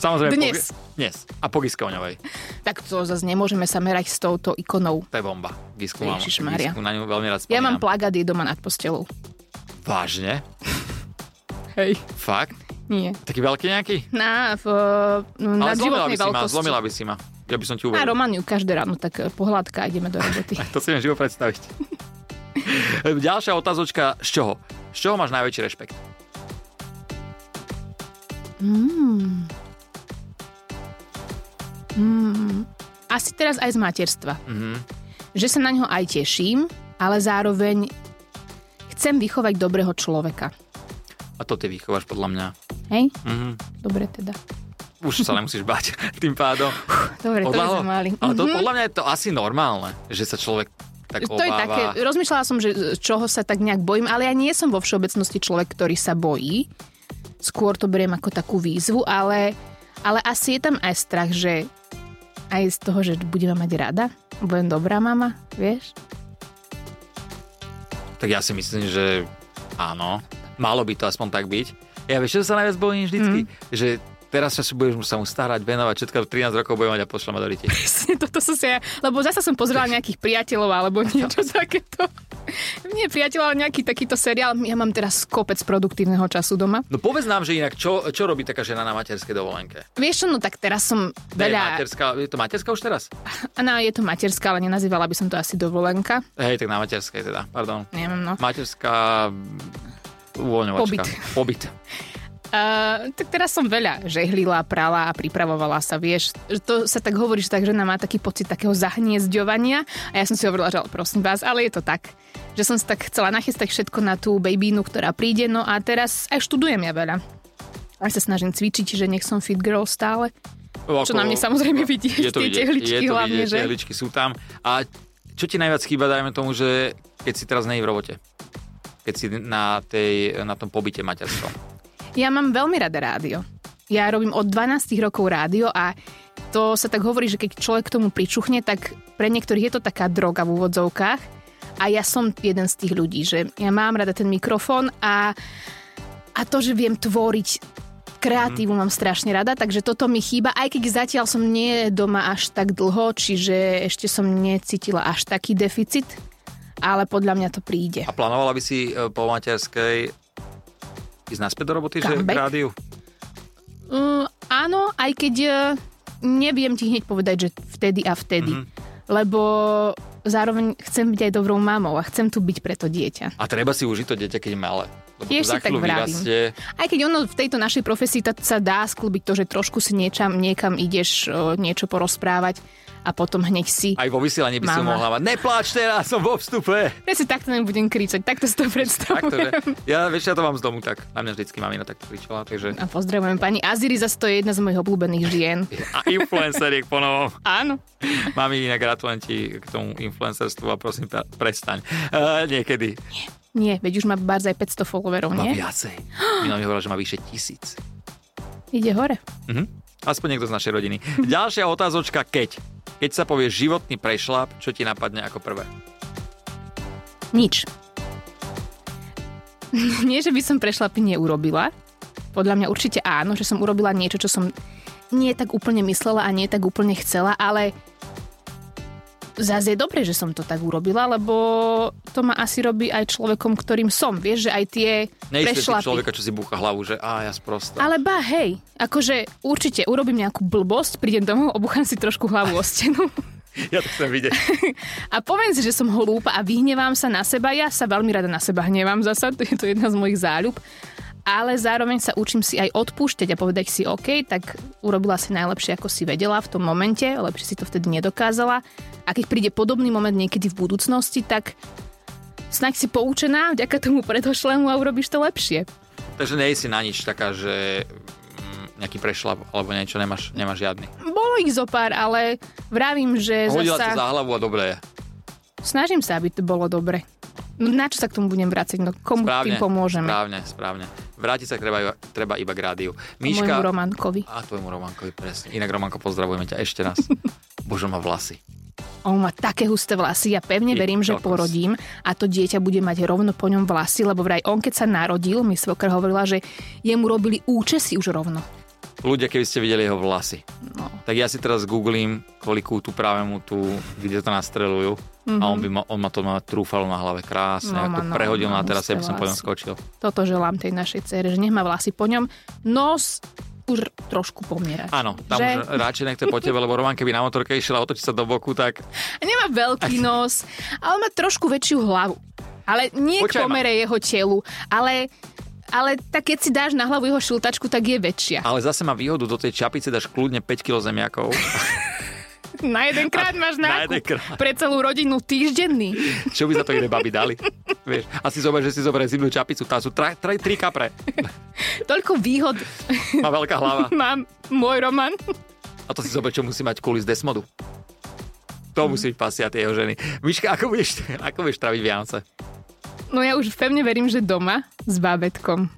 [SPEAKER 1] Samozrejme.
[SPEAKER 2] Dnes.
[SPEAKER 1] Po, dnes. A po Giskoňovej.
[SPEAKER 2] Tak to zase nemôžeme sa merať s touto ikonou.
[SPEAKER 1] To je bomba. Gisku mám.
[SPEAKER 2] Ježišmaria.
[SPEAKER 1] Gisku na ňu veľmi rád
[SPEAKER 2] Ja
[SPEAKER 1] spomínam.
[SPEAKER 2] mám plagát jej doma nad postelou.
[SPEAKER 1] Vážne?
[SPEAKER 2] Hej.
[SPEAKER 1] Fakt?
[SPEAKER 2] Nie.
[SPEAKER 1] Taký veľký nejaký?
[SPEAKER 2] Na, v,
[SPEAKER 1] Ale
[SPEAKER 2] na
[SPEAKER 1] zlomila by
[SPEAKER 2] životnej
[SPEAKER 1] si ma,
[SPEAKER 2] veľkosti.
[SPEAKER 1] zlomila by si ma. Ja by som ti
[SPEAKER 2] A
[SPEAKER 1] uvedel.
[SPEAKER 2] Romaniu každé ráno, tak eh, pohľadka a ideme do
[SPEAKER 1] [laughs]
[SPEAKER 2] roboty.
[SPEAKER 1] To si viem živo predstaviť.
[SPEAKER 2] [laughs]
[SPEAKER 1] Ďalšia otázočka, z čoho? Z čoho máš najväčší rešpekt?
[SPEAKER 2] Asi teraz aj z materstva.
[SPEAKER 1] Mhm.
[SPEAKER 2] Že sa na ňo aj teším, ale zároveň chcem vychovať dobrého človeka.
[SPEAKER 1] A to ty vychováš podľa mňa.
[SPEAKER 2] Hej?
[SPEAKER 1] Mhm.
[SPEAKER 2] Dobre teda.
[SPEAKER 1] Už sa nemusíš bať tým pádom.
[SPEAKER 2] Dobre, to by
[SPEAKER 1] Odľahlo.
[SPEAKER 2] sme mali.
[SPEAKER 1] Ale to,
[SPEAKER 2] Mhm.
[SPEAKER 1] podľa mňa je to asi normálne, že sa človek tak
[SPEAKER 2] To je
[SPEAKER 1] obáva.
[SPEAKER 2] také, rozmýšľala som, že z čoho sa tak nejak bojím, ale ja nie som vo všeobecnosti človek, ktorý sa bojí. Skôr to beriem ako takú výzvu, ale, ale asi je tam aj strach, že aj z toho, že budeme mať rada, budem dobrá mama, vieš?
[SPEAKER 1] Tak ja si myslím, že áno. Malo by to aspoň tak byť. Ja vieš, čo sa najviac bojím vždycky? Mm.
[SPEAKER 2] Mhm.
[SPEAKER 1] Že teraz sa budeš sa mu starať, venovať, všetko 13 rokov budem mať a pošlem ma do rite.
[SPEAKER 2] Presne toto som si ja, lebo zase som pozerala nejakých priateľov alebo niečo takéto. [laughs] Nie priateľ, ale nejaký takýto seriál. Ja mám teraz kopec produktívneho času doma.
[SPEAKER 1] No povedz nám, že inak, čo, čo robí taká žena na materskej dovolenke?
[SPEAKER 2] Vieš čo, no tak teraz som
[SPEAKER 1] Kde Je,
[SPEAKER 2] veľa...
[SPEAKER 1] materská, je to materská už teraz?
[SPEAKER 2] No, je to materská, ale nenazývala by som to asi dovolenka.
[SPEAKER 1] Hej, tak na materskej teda, pardon.
[SPEAKER 2] Neviem, no.
[SPEAKER 1] Materská uvoľňovačka. Pobyt.
[SPEAKER 2] Uh, tak teraz som veľa žehlila, prala a pripravovala sa, vieš. To sa tak hovorí, že tá žena má taký pocit takého zahniezďovania a ja som si hovorila, že ale prosím vás, ale je to tak. Že som si tak chcela nachystať všetko na tú babínu, ktorá príde, no a teraz aj študujem ja veľa. Aj sa snažím cvičiť, že nech som fit girl stále. Čo na mne samozrejme
[SPEAKER 1] no,
[SPEAKER 2] vidieť,
[SPEAKER 1] je to
[SPEAKER 2] tie
[SPEAKER 1] vidieť,
[SPEAKER 2] tehličky
[SPEAKER 1] je to
[SPEAKER 2] hlavne,
[SPEAKER 1] vidieť,
[SPEAKER 2] že?
[SPEAKER 1] Tehličky sú tam. A čo ti najviac chýba, dajme tomu, že keď si teraz nej v robote? Keď si na, tej, na tom pobyte materskom.
[SPEAKER 2] Ja mám veľmi rada rádio. Ja robím od 12 rokov rádio a to sa tak hovorí, že keď človek k tomu pričuchne, tak pre niektorých je to taká droga v úvodzovkách. A ja som jeden z tých ľudí, že ja mám rada ten mikrofón a, a to, že viem tvoriť kreatívu mám strašne rada, takže toto mi chýba, aj keď zatiaľ som nie doma až tak dlho, čiže ešte som necítila až taký deficit, ale podľa mňa to príde.
[SPEAKER 1] A plánovala by si e, po materskej ísť naspäť do roboty, že k
[SPEAKER 2] Comeback?
[SPEAKER 1] rádiu?
[SPEAKER 2] Mm, áno, aj keď e, neviem ti hneď povedať, že vtedy a vtedy.
[SPEAKER 1] Mhm.
[SPEAKER 2] Mm-hmm. Lebo zároveň chcem byť aj dobrou mamou a chcem tu byť pre to dieťa.
[SPEAKER 1] A treba si užiť to dieťa, keď je malé. Lebo to
[SPEAKER 2] Tiež
[SPEAKER 1] za
[SPEAKER 2] si tak
[SPEAKER 1] chvíľu
[SPEAKER 2] vravím.
[SPEAKER 1] vyrastie.
[SPEAKER 2] Aj keď ono v tejto našej profesii tá, sa dá sklbiť to, že trošku si niečam, niekam ideš o, niečo porozprávať a potom hneď si...
[SPEAKER 1] Aj vo vysielaní by si
[SPEAKER 2] Mama.
[SPEAKER 1] mohla mať. Nepláč teraz, som vo vstupe.
[SPEAKER 2] Presne takto nebudem kričať, takto si to
[SPEAKER 1] Takto, že?
[SPEAKER 2] [laughs] predstavujem.
[SPEAKER 1] Ja, vieš, ja to mám z domu tak. Na mňa vždycky mamina tak kričala, takže...
[SPEAKER 2] A pozdravujem pani Aziri, zase to je jedna z mojich obľúbených žien.
[SPEAKER 1] A influenceriek po novom.
[SPEAKER 2] Áno.
[SPEAKER 1] Mami, inak gratulujem ti k tomu influencerstvu a prosím, ťa, prestaň. Uh, niekedy.
[SPEAKER 2] Nie, veď už má Barz aj 500 followerov,
[SPEAKER 1] Má
[SPEAKER 2] nie?
[SPEAKER 1] viacej.
[SPEAKER 2] [gasps]
[SPEAKER 1] Minulý mi hovorila, že má vyše tisíc.
[SPEAKER 2] Ide hore.
[SPEAKER 1] Mhm. Aspoň niekto z našej
[SPEAKER 2] [laughs]
[SPEAKER 1] rodiny. Ďalšia otázočka, keď. Keď sa povie životný prešlap, čo ti napadne ako prvé?
[SPEAKER 2] Nič. [laughs] Nie, že by som prešlapy neurobila. Podľa mňa určite áno, že som urobila niečo, čo som nie tak úplne myslela a nie tak úplne chcela, ale zase je dobre, že som to tak urobila, lebo to ma asi robí aj človekom, ktorým som. Vieš, že aj tie
[SPEAKER 1] Nejste si
[SPEAKER 2] prešlapy.
[SPEAKER 1] človeka, čo si búcha hlavu, že á, ja sprosta.
[SPEAKER 2] Ale ba, hej, akože určite urobím nejakú blbosť, prídem domov, obuchám si trošku hlavu o stenu
[SPEAKER 1] Ja to chcem
[SPEAKER 2] [laughs]
[SPEAKER 1] vidieť.
[SPEAKER 2] a poviem si, že som hlúpa a vyhnevám sa na seba. Ja sa veľmi rada na seba hnevám zasa, to je to jedna z mojich záľub. Ale zároveň sa učím si aj odpúšťať a povedať si OK, tak urobila si najlepšie, ako si vedela v tom momente, lepšie si to vtedy nedokázala. A keď príde podobný moment niekedy v budúcnosti, tak snaď si poučená vďaka tomu predošlému a urobíš to lepšie.
[SPEAKER 1] Takže nej si na nič taká, že mm, nejaký prešlap alebo niečo, nemáš, nemáš žiadny.
[SPEAKER 2] Bolo ich zo pár, ale vravím, že
[SPEAKER 1] Hodila to
[SPEAKER 2] zasa...
[SPEAKER 1] za hlavu a dobre je.
[SPEAKER 2] Snažím sa, aby to bolo dobre. No na čo sa k tomu budem vrácať? No komu
[SPEAKER 1] Správne,
[SPEAKER 2] tým pomôžeme?
[SPEAKER 1] správne, správne. Vrátiť sa treba iba, treba iba k rádiu.
[SPEAKER 2] Môjmu
[SPEAKER 1] Míška,
[SPEAKER 2] Romankovi.
[SPEAKER 1] A tvojmu Romankovi, presne. Inak Romanko, pozdravujeme ťa ešte
[SPEAKER 2] [laughs]
[SPEAKER 1] raz. Bože, má vlasy.
[SPEAKER 2] On má také husté vlasy, ja pevne
[SPEAKER 1] Ty
[SPEAKER 2] verím, že
[SPEAKER 1] kokos.
[SPEAKER 2] porodím a to dieťa bude mať rovno po ňom vlasy, lebo vraj on, keď sa narodil, mi svokr hovorila, že jemu robili účesy už rovno.
[SPEAKER 1] Ľudia, keby ste videli jeho vlasy.
[SPEAKER 2] No.
[SPEAKER 1] Tak ja si teraz googlím, kvôli kútu právemu tu, kde to nastrelujú. Mm-hmm. A on, by ma, on ma to ma trúfalo na hlave krásne.
[SPEAKER 2] Mhm.
[SPEAKER 1] No,
[SPEAKER 2] No,
[SPEAKER 1] ako
[SPEAKER 2] má- no,
[SPEAKER 1] prehodil
[SPEAKER 2] má
[SPEAKER 1] na teraz, ja by
[SPEAKER 2] husté
[SPEAKER 1] som po ňom
[SPEAKER 2] vlasy.
[SPEAKER 1] skočil.
[SPEAKER 2] Toto želám tej našej cére, že nech má vlasy po ňom. Nos už trošku pomiera.
[SPEAKER 1] Áno, tam že...
[SPEAKER 2] Že?
[SPEAKER 1] už e, radšej nech to je po tebe, lebo Roman, keby na motorke išiel a otočí sa do boku, tak
[SPEAKER 2] Nemá
[SPEAKER 1] [laughs]
[SPEAKER 2] veľký nos, ale má trošku väčšiu hlavu. Ale nie
[SPEAKER 1] Počkaj ma.
[SPEAKER 2] k pomere jeho telu, ale, ale tak keď si dáš na hlavu jeho šiltačku, tak je
[SPEAKER 1] [laughs]
[SPEAKER 2] väčšia.
[SPEAKER 1] ale zase má výhodu, do tej čapice dáš kľudne 5 kg zemiakov.
[SPEAKER 2] [laughs] Na jedenkrát máš
[SPEAKER 1] na
[SPEAKER 2] nákup
[SPEAKER 1] jedenkrát.
[SPEAKER 2] pre celú rodinu týždenný.
[SPEAKER 1] Čo by za to iné baby dali? Vieš, a si zober, že si zoberie zimnú čapicu, tam sú tra, tra, tri kapre.
[SPEAKER 2] Toľko výhod
[SPEAKER 1] Má veľká hlava.
[SPEAKER 2] mám môj Roman.
[SPEAKER 1] A to si zober, čo musí mať kuli z desmodu.
[SPEAKER 2] Mhm.
[SPEAKER 1] To musí byť pasia tie jeho ženy. Miška, ako budeš, ako budeš traviť Vianoce?
[SPEAKER 2] No ja už pevne verím, že doma s bábetkom.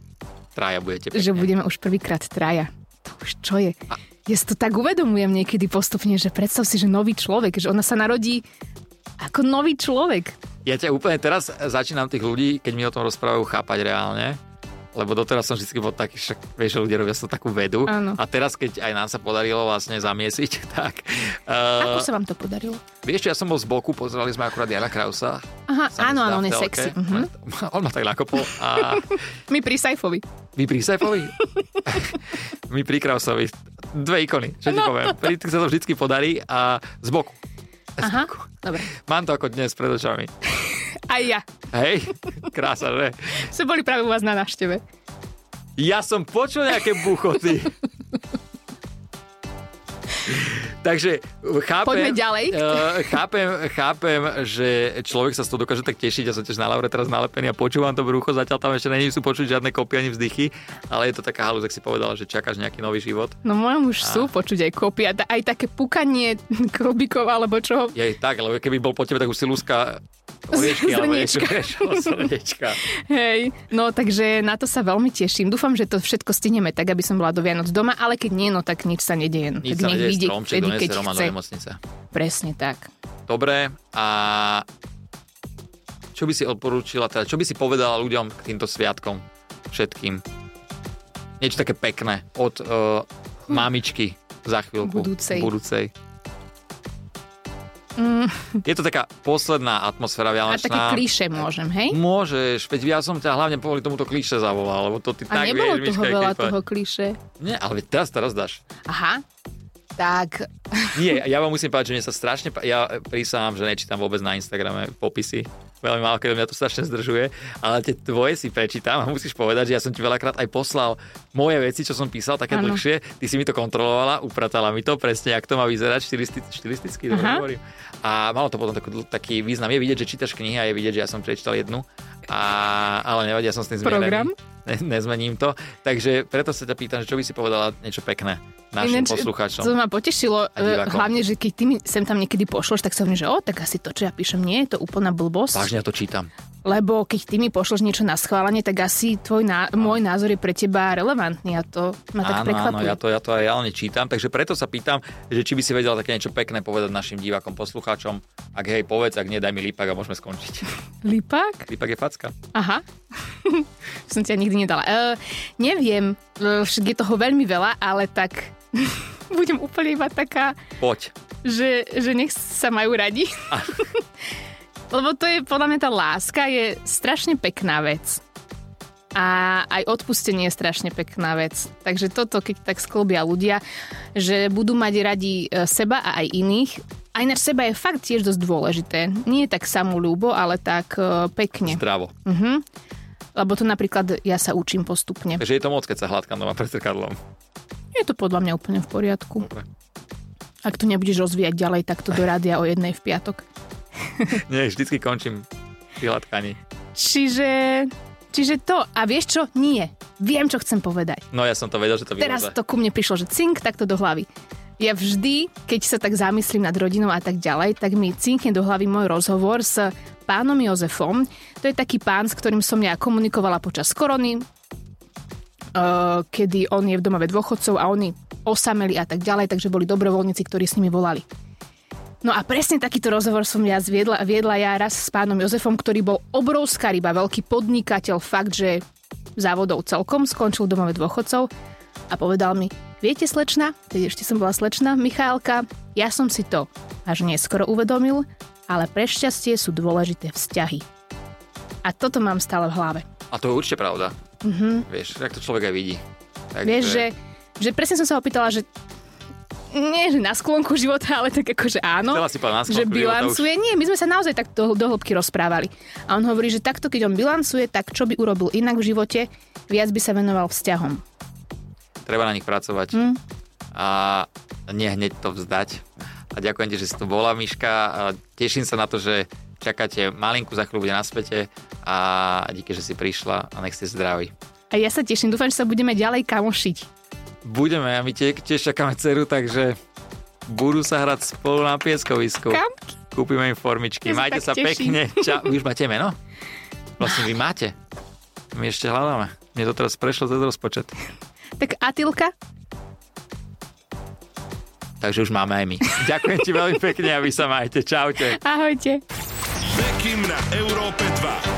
[SPEAKER 1] Traja budete
[SPEAKER 2] Že
[SPEAKER 1] pekne.
[SPEAKER 2] budeme už prvýkrát traja. To už čo je? Ja si to tak uvedomujem niekedy postupne, že predstav si, že nový človek, že ona sa narodí ako nový človek.
[SPEAKER 1] Ja ťa úplne teraz začínam tých ľudí, keď mi o tom rozprávajú, chápať reálne. Lebo doteraz som vždy bol taký, však vieš, že ľudia robia sa takú vedu.
[SPEAKER 2] Áno.
[SPEAKER 1] A teraz, keď aj nám sa podarilo vlastne zamiesiť, [laughs] tak...
[SPEAKER 2] Ako
[SPEAKER 1] Uh,
[SPEAKER 2] sa vám to podarilo?
[SPEAKER 1] vieš čo, ja som bol z boku, pozerali sme akurát Jana Krausa.
[SPEAKER 2] Aha,
[SPEAKER 1] Sa mi
[SPEAKER 2] áno,
[SPEAKER 1] zdá,
[SPEAKER 2] áno,
[SPEAKER 1] v
[SPEAKER 2] on je
[SPEAKER 1] telke.
[SPEAKER 2] sexy. Mhm.
[SPEAKER 1] On ma tak nakopol
[SPEAKER 2] [laughs]
[SPEAKER 1] a
[SPEAKER 2] My pri Saifovi.
[SPEAKER 1] my pri
[SPEAKER 2] [laughs]
[SPEAKER 1] Saifovi, my pri Krausovi. Dve ikony, čo
[SPEAKER 2] No.
[SPEAKER 1] ti poviem. Pri tých sa to vždycky podarí a z boku. [laughs]
[SPEAKER 2] Aha, dobre.
[SPEAKER 1] Mám to ako dnes pred očami.
[SPEAKER 2] Aj ja.
[SPEAKER 1] Hej, [laughs] krása, že?
[SPEAKER 2] Sme boli práve u vás na návšteve.
[SPEAKER 1] Ja som počul nejaké
[SPEAKER 2] [laughs]
[SPEAKER 1] buchoty. Takže chápem...
[SPEAKER 2] Poďme ďalej.
[SPEAKER 1] eh, chápem, chápem, že človek sa z toho dokáže tak tešiť. Ja som tiež na Laure teraz nalepený a počúvam to brucho. Zatiaľ tam ešte není sú počuť žiadne kopy ani vzdychy, ale je to taká halúz, ak si povedala, že čakáš nejaký nový život.
[SPEAKER 2] No mojom už sú počuť aj kopy a ta- aj také pukanie [laughs] krobikov alebo čo.
[SPEAKER 1] Je tak, lebo keby bol po tebe, tak už si lúska
[SPEAKER 2] [laughs]
[SPEAKER 1] oriešky, alebo niečo,
[SPEAKER 2] Zrniečka.
[SPEAKER 1] vieš, [laughs] o srdiečka.
[SPEAKER 2] Hej. No takže na to sa veľmi teším. Dúfam, že to všetko stihneme tak, aby som bola do Vianoc doma, ale keď nie, no tak nič sa nedieje. No,
[SPEAKER 1] Nič
[SPEAKER 2] tak
[SPEAKER 1] sa
[SPEAKER 2] nech
[SPEAKER 1] nedieje,
[SPEAKER 2] vyjde
[SPEAKER 1] stromček
[SPEAKER 2] vtedy,
[SPEAKER 1] donese
[SPEAKER 2] keď
[SPEAKER 1] Roman
[SPEAKER 2] chce.
[SPEAKER 1] do nemocnice.
[SPEAKER 2] Presne tak.
[SPEAKER 1] Dobre, a čo by si odporúčila, teda čo by si povedala ľuďom k týmto sviatkom všetkým? Niečo také pekné od uh, mamičky za chvíľku.
[SPEAKER 2] Hm. Budúcej. Mm.
[SPEAKER 1] Budúcej. Je to taká posledná atmosféra
[SPEAKER 2] A
[SPEAKER 1] vianočná.
[SPEAKER 2] také klíše môžem, hej?
[SPEAKER 1] Môžeš, veď ja som ťa hlavne kvôli tomuto klíše zavolal, lebo to ty
[SPEAKER 2] A
[SPEAKER 1] tak
[SPEAKER 2] nebolo
[SPEAKER 1] vieš,
[SPEAKER 2] toho
[SPEAKER 1] Miška,
[SPEAKER 2] veľa
[SPEAKER 1] keď
[SPEAKER 2] toho klíše.
[SPEAKER 1] Nie, ale veď teraz, teraz dáš.
[SPEAKER 2] Aha. Tak,
[SPEAKER 1] Nie, ja vám musím povedať, že mne sa strašne... pá- Ja prísahám, že nečítam vôbec na Instagrame popisy. Veľmi málo, keď mňa to strašne zdržuje. Ale tie tvoje si prečítam a musíš povedať, že ja som ti veľakrát aj poslal moje veci, čo som písal, také
[SPEAKER 2] Áno.
[SPEAKER 1] dlhšie. Ty si mi to kontrolovala, upratala mi to presne, jak to má vyzerať, štilisti- štilisticky, dobre
[SPEAKER 2] Aha.
[SPEAKER 1] hovorím. A malo to potom takú, dl- taký význam. Je vidieť, že čítaš knihy a je vidieť, že ja som prečítal jednu. A, ale nevadí, ja som s tým zmierený.
[SPEAKER 2] Program?
[SPEAKER 1] Ne, nezmením to. Takže preto sa ťa pýtam, že čo by si povedala niečo pekné našim
[SPEAKER 2] Ináč,
[SPEAKER 1] poslucháčom.
[SPEAKER 2] To ma potešilo, e,
[SPEAKER 1] divákom.
[SPEAKER 2] hlavne, že keď ty mi sem tam niekedy pošleš, tak sa hovorím, že o, tak asi to, čo ja píšem, nie je to úplná blbosť.
[SPEAKER 1] Vážne ja to čítam.
[SPEAKER 2] Lebo keď ty mi pošleš niečo na schválenie, tak asi tvoj ná- môj názor je pre teba relevantný a to ma tak
[SPEAKER 1] áno, áno,
[SPEAKER 2] prekvapuje.
[SPEAKER 1] ja to, ja to aj reálne čítam, takže preto sa pýtam, že či by si vedela také niečo pekné povedať našim divákom, poslucháčom. Ak hej, povedz, ak nie, daj mi lípak a môžeme skončiť.
[SPEAKER 2] [laughs] Lipak?
[SPEAKER 1] Lípak je facka.
[SPEAKER 2] Aha. [laughs] Som ťa nikdy nedala. E, neviem, e, však je toho veľmi veľa, ale tak [laughs] budem úplne iba taká,
[SPEAKER 1] Poď.
[SPEAKER 2] že, že nech sa majú radi. [laughs] Lebo to je, podľa mňa tá láska je strašne pekná vec. A aj odpustenie je strašne pekná vec. Takže toto, keď tak sklbia ľudia, že budú mať radi e, seba a aj iných, aj na seba je fakt tiež dosť dôležité. Nie tak samolúbo, ale tak e, pekne.
[SPEAKER 1] Zdravo.
[SPEAKER 2] Lebo to napríklad ja sa učím postupne.
[SPEAKER 1] Takže je to moc, keď sa hladkám doma pred
[SPEAKER 2] [laughs]
[SPEAKER 1] zrkadlom.
[SPEAKER 2] Je to podľa mňa úplne v poriadku.
[SPEAKER 1] Dobre.
[SPEAKER 2] Ak to nebudeš rozvíjať ďalej, tak to do rádia o jednej v piatok.
[SPEAKER 1] Nie, vždycky končím pri hladkaní.
[SPEAKER 2] Čiže, čiže to. A vieš čo? Nie. Viem, čo chcem povedať.
[SPEAKER 1] No ja som to vedel, že to
[SPEAKER 2] Teraz
[SPEAKER 1] vyhodza.
[SPEAKER 2] to ku mne prišlo, že cink takto do hlavy. Ja vždy, keď sa tak zamyslím nad rodinou a tak ďalej, tak mi cinkne do hlavy môj rozhovor s pánom Jozefom. To je taký pán, s ktorým som ja komunikovala počas korony, eh, kedy on je v domove dôchodcov a oni osameli a tak ďalej, takže boli dobrovoľníci, ktorí s nimi volali. No a presne takýto rozhovor som ja zviedla, viedla ja raz s pánom Jozefom, ktorý bol obrovská ryba, veľký podnikateľ, fakt, že závodov celkom, skončil v domove dôchodcov a povedal mi, viete slečna, keď ešte som bola slečna, Michálka, ja som si to až neskoro uvedomil, ale pre šťastie sú dôležité vzťahy. A toto mám stále v hlave.
[SPEAKER 1] A to je určite pravda. Mm-hmm. Vieš, tak to človek aj vidí. Takže...
[SPEAKER 2] Mhm. Vieš, že, že presne som sa opýtala, že nie, že na sklonku života, ale tak akože áno.
[SPEAKER 1] Chcela si povedať na sklonku
[SPEAKER 2] že
[SPEAKER 1] života
[SPEAKER 2] bilancuje. Nie, my sme sa naozaj tak do, do hĺbky rozprávali. A on hovorí, že takto, keď on bilancuje, tak čo by urobil inak v živote, viac by sa venoval vzťahom.
[SPEAKER 1] treba na nich pracovať
[SPEAKER 2] Hm.
[SPEAKER 1] a nie hneď to vzdať. A ďakujem ti, že si tu bola, Miška. A teším sa na to, že čakáte malinku za chvíľu bude na svete a díky, že si prišla a nech ste zdraví.
[SPEAKER 2] A ja sa teším, dúfam, že sa budeme ďalej kamošiť.
[SPEAKER 1] Budeme a my tie, tiež čakáme dceru, takže budú sa hrať spolu na pieskovisku.
[SPEAKER 2] Kamky.
[SPEAKER 1] Kúpime im formičky.
[SPEAKER 2] Ja sa
[SPEAKER 1] Majte
[SPEAKER 2] tak
[SPEAKER 1] sa
[SPEAKER 2] teším. [laughs]
[SPEAKER 1] pekne. Ča... Vy už máte meno? Vlastne vy máte. My ešte hľadáme. Mne to teraz prešlo cez rozpočet.
[SPEAKER 2] Tak Atilka,
[SPEAKER 1] Takže už máme aj my. Ďakujem ti veľmi pekne a vy sa majte. Čaute.
[SPEAKER 2] ahojte.
[SPEAKER 3] Bekim na Európe 2.